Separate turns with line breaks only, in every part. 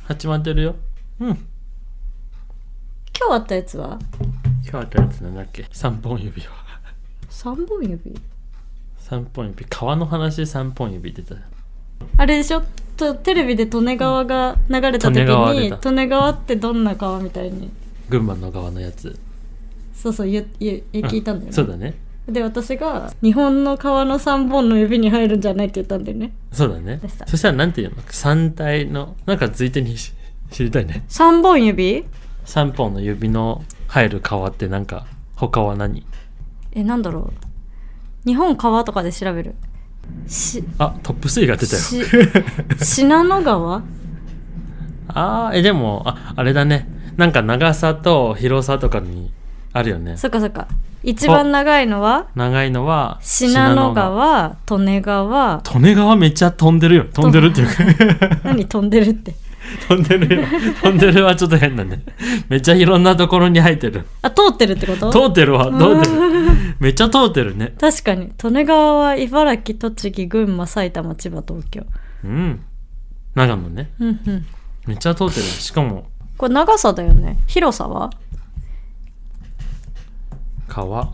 始まってるよ。うん。
今日あったやつは
今日あったやつなんだっけ三本指は。
三本指
三本指。川の話で三本指出た。
あれでしょとテレビで利根川が流れた時
利根川出
に
た
利根川ってどんな川みたいに
群馬の川のやつ。
そうそう言言言聞いたんだよね、
うそうだね。
で私が日本の川の三本の指に入るんじゃないって言ったんだよね
そうだね
でした。
そしたらなんていうの三体の、なんかついてにし 知りたいね。
三本指
三本の指の入る川ってなんか、他は何
えなんだろう日本川とかで調べるし
あ、トップ3が出たよ。
し信濃川
あー、え、でも、あ、あれだね。なんか長さと広さとかにあるよね。
そっかそっか一番長いのは
長いのは、
信濃。川利根川
利根川めっちゃ飛んでるよ。飛んでるっていう か。
何飛んでるって
飛んでるよ。飛んでるはちょっと変だね。めっちゃいろんなところに入ってる。
あ通ってるってこと
通ってるわ。通ってる。めっちゃ通ってるね。
確かに利根川は茨城栃木群馬埼玉千葉東京
うん。長野ね。
うんうん
めっちゃ通ってる。しかも、
これ長さだよね広さは
川。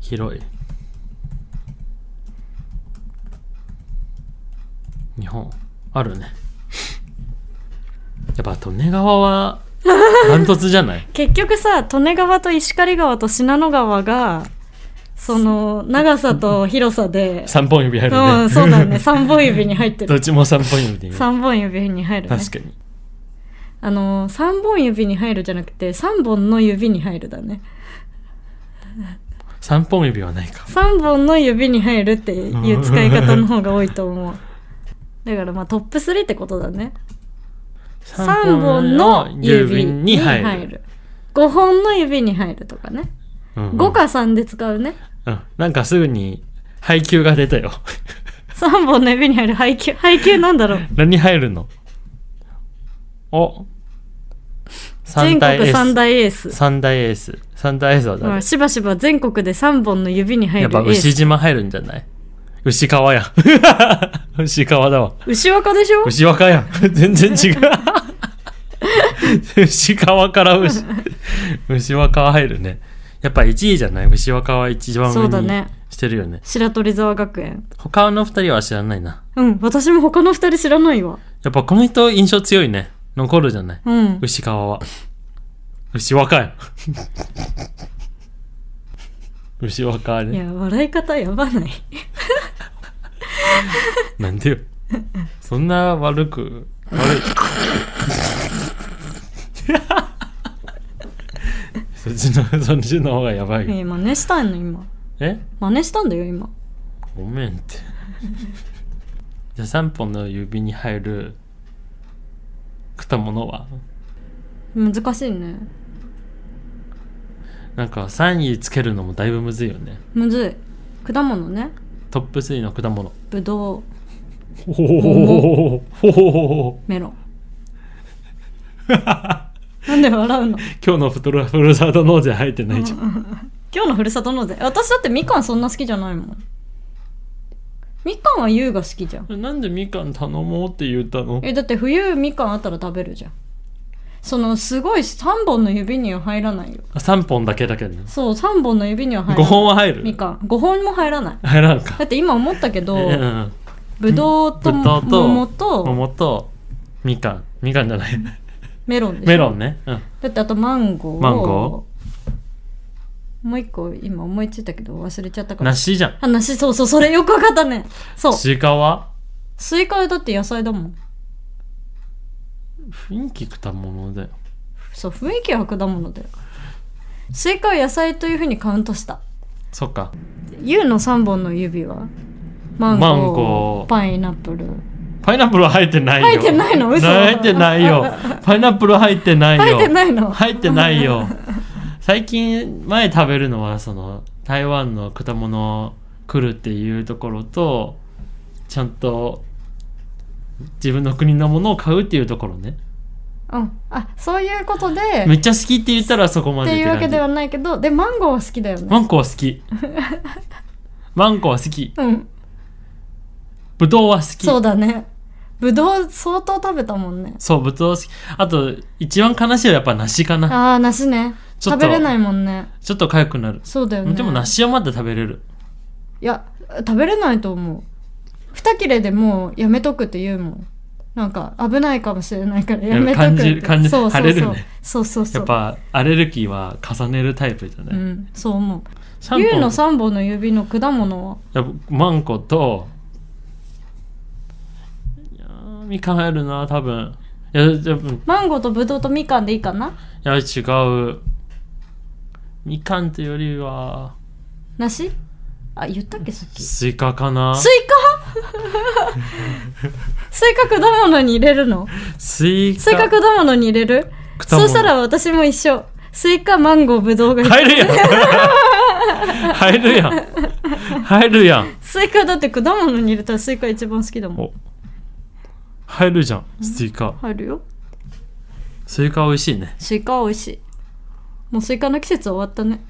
広い。日本。あるね。やっぱ利根川は、ダントツじゃない
結局さ利根川と石狩川と信濃川がその長さと広さで、
三本指入る
う
ね。
ん、そう だね3本指に入って
ど
る
っちも三本指でいいね。
3本指に入るね
確かに。
あの3本指に入るじゃなくて3本の指に入るだね
三本指はないか。
3本の指に入るっていう使い方の方が多いと思うだからまあトップ3ってことだね3本の指に入。る5本の指に入るとかね
うんうん
5か3で使うね
うん。なんかすぐに配給が出たよ。
3本の指に入る配球 配球なんだろう
何入るのお
全国三
大エー
大エース
ス。三大エース。三大エースは
ま
誰
あ、しばしば全国で3本の指に入
やっ
るエ
ぱ
ー
牛
ス
島入るんじゃない牛川や。 牛川だわ。
牛若でしょ
牛若や ん。全然違う。 牛川から 牛、牛若入るね。やっぱ1位じゃない牛若は一番
そ
上
うだ
に
ね
してるよね。
白鳥沢学園
他の2人は知らないな。
うん私も他の2人知らないわ
やっぱこの人印象強いね。残るじゃない。
うん
牛川は。牛若やん。 牛若
い
ね。
や笑い方やばない
なんでよ。そんな悪く、悪い。 そっちの、そっちの方がやばいよ。
え真似したいの今
え
真似したんだよ今
ごめんって。じゃあ3本の指に入る果物は
難しいね
なんか3位つけるのもだいぶむずいよね。
むずい果物ね
トップ3の果物。
ぶど
ほほ
う
ほほほほ
メロンなんで笑う
今
の
日のフトラフルサード納税入ってないじゃん。
今日のふるさと納税私だってみかんそんな好きじゃないもんみかんは優が好きじゃん
なんでみかん頼もうって言ったの
えだって冬みかんあったら食べるじゃんそのすごい3本の指には入らないよ
?3 本だけだけどね。
そう3本の指には入
5
らない
本は入る
みかん5本も入らない
入らんか。
だって今思ったけど
うん
ぶどうと
ぶどうと
桃と
桃とみかん。みかんじゃない。
メロンでしょ
メロンね。うん。
だってあとマンゴー
マンゴ
もう一個今思いついたけど忘れちゃったから
梨じゃん。
あ梨そうそうそれよくわかったねそう
スイカは
スイカはだって野菜だもん
雰囲気果物だよ。
そう雰囲気は果物だよスイカは野菜というふうにカウントした
そっか。
U の3本の指はマンゴー
マンゴー
パイナップル
パイナップルは入ってないよ。
入ってないの嘘
入ってないよ。パイナップル入ってないよ。
入ってないの
入ってないよ最近前食べるのはその台湾の果物来るっていうところとちゃんと自分の国のものを買うっていうところね
うんあそういうことで
め
っ
っちゃ好きって言ったらそこまで
ていうわけでは
感
ないけどでマンゴーは好きだよ
じ
ね
マンコは好きマンコは好き
うん
ブドウは好き
そうだねぶどう相当食べたもんね
そうぶどう好きあと一番悲しいのはやっぱ梨かな
ああ梨ね
ちょっ
食
と
べれないもんね
ちょっと痒くなる、
そうだよね
でも梨はまだ食べれる
いや食べれないと思う二切れでもうやめとくって言うもんなんか危ないかもしれないからやめとくっ
感じ
て
る感じ
そうそうそう
腫れるね
そうそうそう
やっぱアレルギーは重ねるタイプだね、
うんそう思う
三
ゆうの
本
三本の指の果物は
やっぱマンコといやーみかん入るな多分いや多分
マンゴーとブドウとみかんでいいかない
や違うみかんというよりは
梨あ言ったっけさっきス
ス
イ
イカかな
カスイカ果物に入れるの
スイカ
スイカ果物に入れる
果
そ
物
うしたら私も一緒スイカマンゴーブドウが
入るやん 入るやん入るやん
スイカだって果物に入れたらスイカ一番好きだもん
お入るじゃんスイカ
入るよ
スイカ美味しいね
スイカ美味しいもうスイカの季節終わったね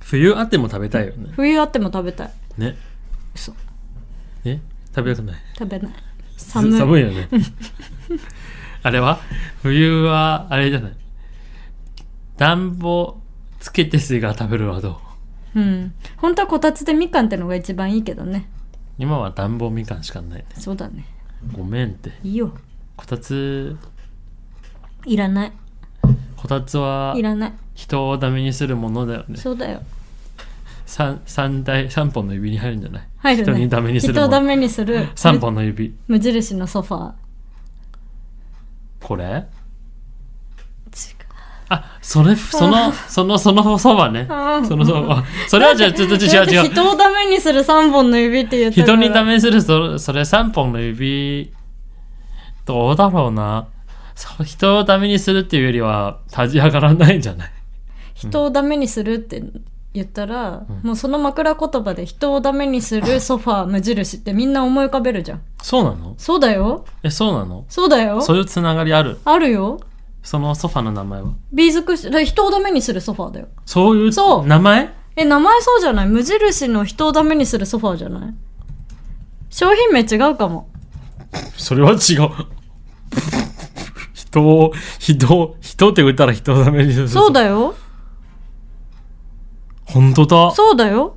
冬あっても食べたいよね
冬あっても食べたい
ね
嘘
え食べたくない
食べない
す
寒い
寒いよねあれは冬はあれじゃない暖房つけてスイカ食べるはどう
うん本当はこたつでみかんってのが一番いいけどね
今は暖房みかんしかないね
そうだね
ごめんって
いいよ
こたつ
いらない
こたつはい
らない
人をダメにするものだよね
そうだよ
三三大三本の指に入るんじゃない
入る、ね、
人にダメにする
人
も
をダ
の
メにする
三本の指
無印のソファー違
これあそれそ のそのそのそばね
あー
そのそばそれはじゃあちょっと違う
だっ
違
て
う
人をダメにする3本の指って言ったか
人
ら
にダメにするそそれ三本の指どうだろうなそう人をダメにするっていうよりは立ち上がらないんじゃない
人をダメにするって言ったら、もうその枕言葉で人をダメにするソファー無印ってみんな思い浮かべるじゃん
そうなの
そうだよ
えそうなの
そうだよ
そういうつながりある
あるよ
そのソファの名前は
ビーズクッションだから人をダメにするソファーだよ
そういう
そう
名前
え名前そうじゃない無印の人をダメにするソファーじゃない商品名違うかも
それは違う人を人を人って言ったら人をダメにする
そうだよ
本当だ
そうだよ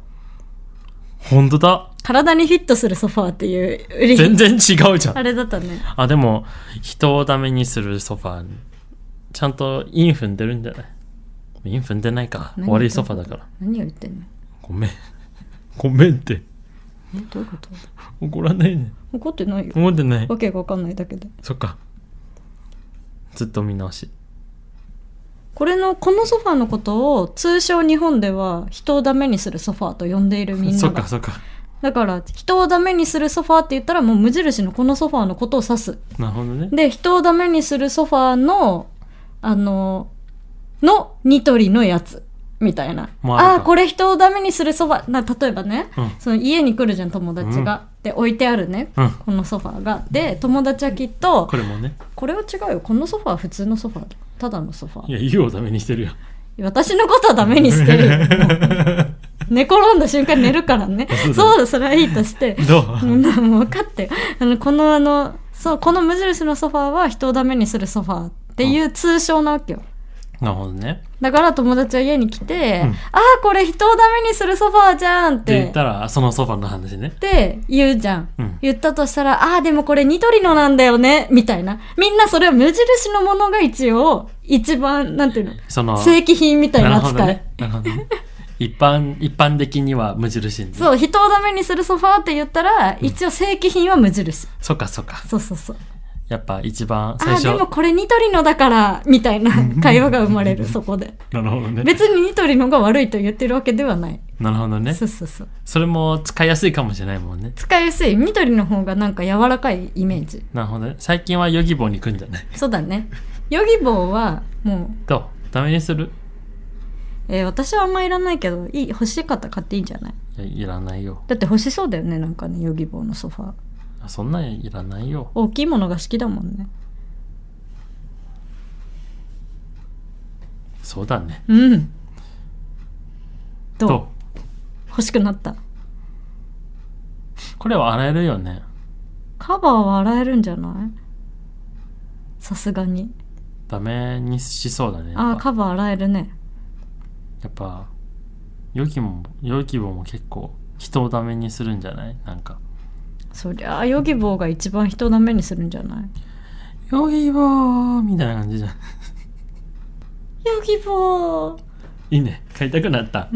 本当だ
体にフィットするソファーっていう売り
全然違うじゃん
あれだったね
あでも人をダメにするソファーちゃんとイン踏んでるんじゃないイン踏んでないか
何
悪いソファだから
何を言ってんの
ごめん ごめんって
えどういうこと
怒らないね
怒ってないよ
思ってない
わけがわかんないだけで
そっかずっと見直し
これのこのソファーのことを通称日本では人をダメにするソファーと呼んでいるみん
そ
な
っか
が
そっか
だから人をダメにするソファーって言ったらもう無印のこのソファーのことを指す
なるほどね
で人をダメにするソファーのあののニトリのやつみたいな
もうある
あ
か
あーこれ人をダメにするソファーな例えばね、
うん
その家に来るじゃん友達が、で置いてあるね、
うん
このソファーがで友達はきっと
これもね
これは違うよこのソファーは普通のソファーだただのソファー
いや湯をダメにしてるよ
私のことはダメにしてるよ 寝転んだ瞬間寝るからね
そうだね
そうだそれはいいとして
どう
うんもう分かってよあのこのあのそうこの無印のソファーは人をダメにするソファーっていう通称なわけよ
なるほどね
だから友達は家に来て
う
「
ん
ああこれ人をダメにするソファーじゃん」
っ
っ
て
て
言ったらそのソファの話ね
って言うじゃん、
うん
言ったとしたら「ああでもこれニトリのなんだよね」みたいなみんなそれは無印のものが一応一番なんていうの
その
正規品みたい
な
な
るほ
扱
ど
い、
ねなるほどね一般一般的には無印で
そう人をダメにするソファーって言ったら、一応正規品は無印
そっかそっか
そうそうそう
やっぱ一番
あ
最
あ
初
でもこれニトリのだからみたいな会話が生まれるそこで
なるほどね
別にニトリのが悪いと言ってるわけではない、
なるほどね
そうそうそう
それも使いやすいかもしれないもんね
使いやすいニトリの方がなんか柔らかいイメージ
なるほどね最近はヨギボーに行くんじゃない
そうだねヨギボーはも
どうダメにする
う、えー私はあんまいらないけどいい欲しかったら買っていいんじゃない
いやいらないよ
だって欲しそうだよねなんかねヨギボーのソファー
そんなんいらないよ
大きいものが好きだもんね
そうだね
うんどう
ど
欲しくなった
うこれは洗えるよね
カバーは洗えるんじゃないさすがに
ダメにしそうだね
あ
や
あ
っぱ
カバー洗えるね
やっぱ良きも良きもも結構人をダメにするんじゃないなんか
そりゃあヨギボーが一番人ダメにするんじゃない
「ヨギボー」みたいな感じじゃん
ヨギボー
いいね買いたくなった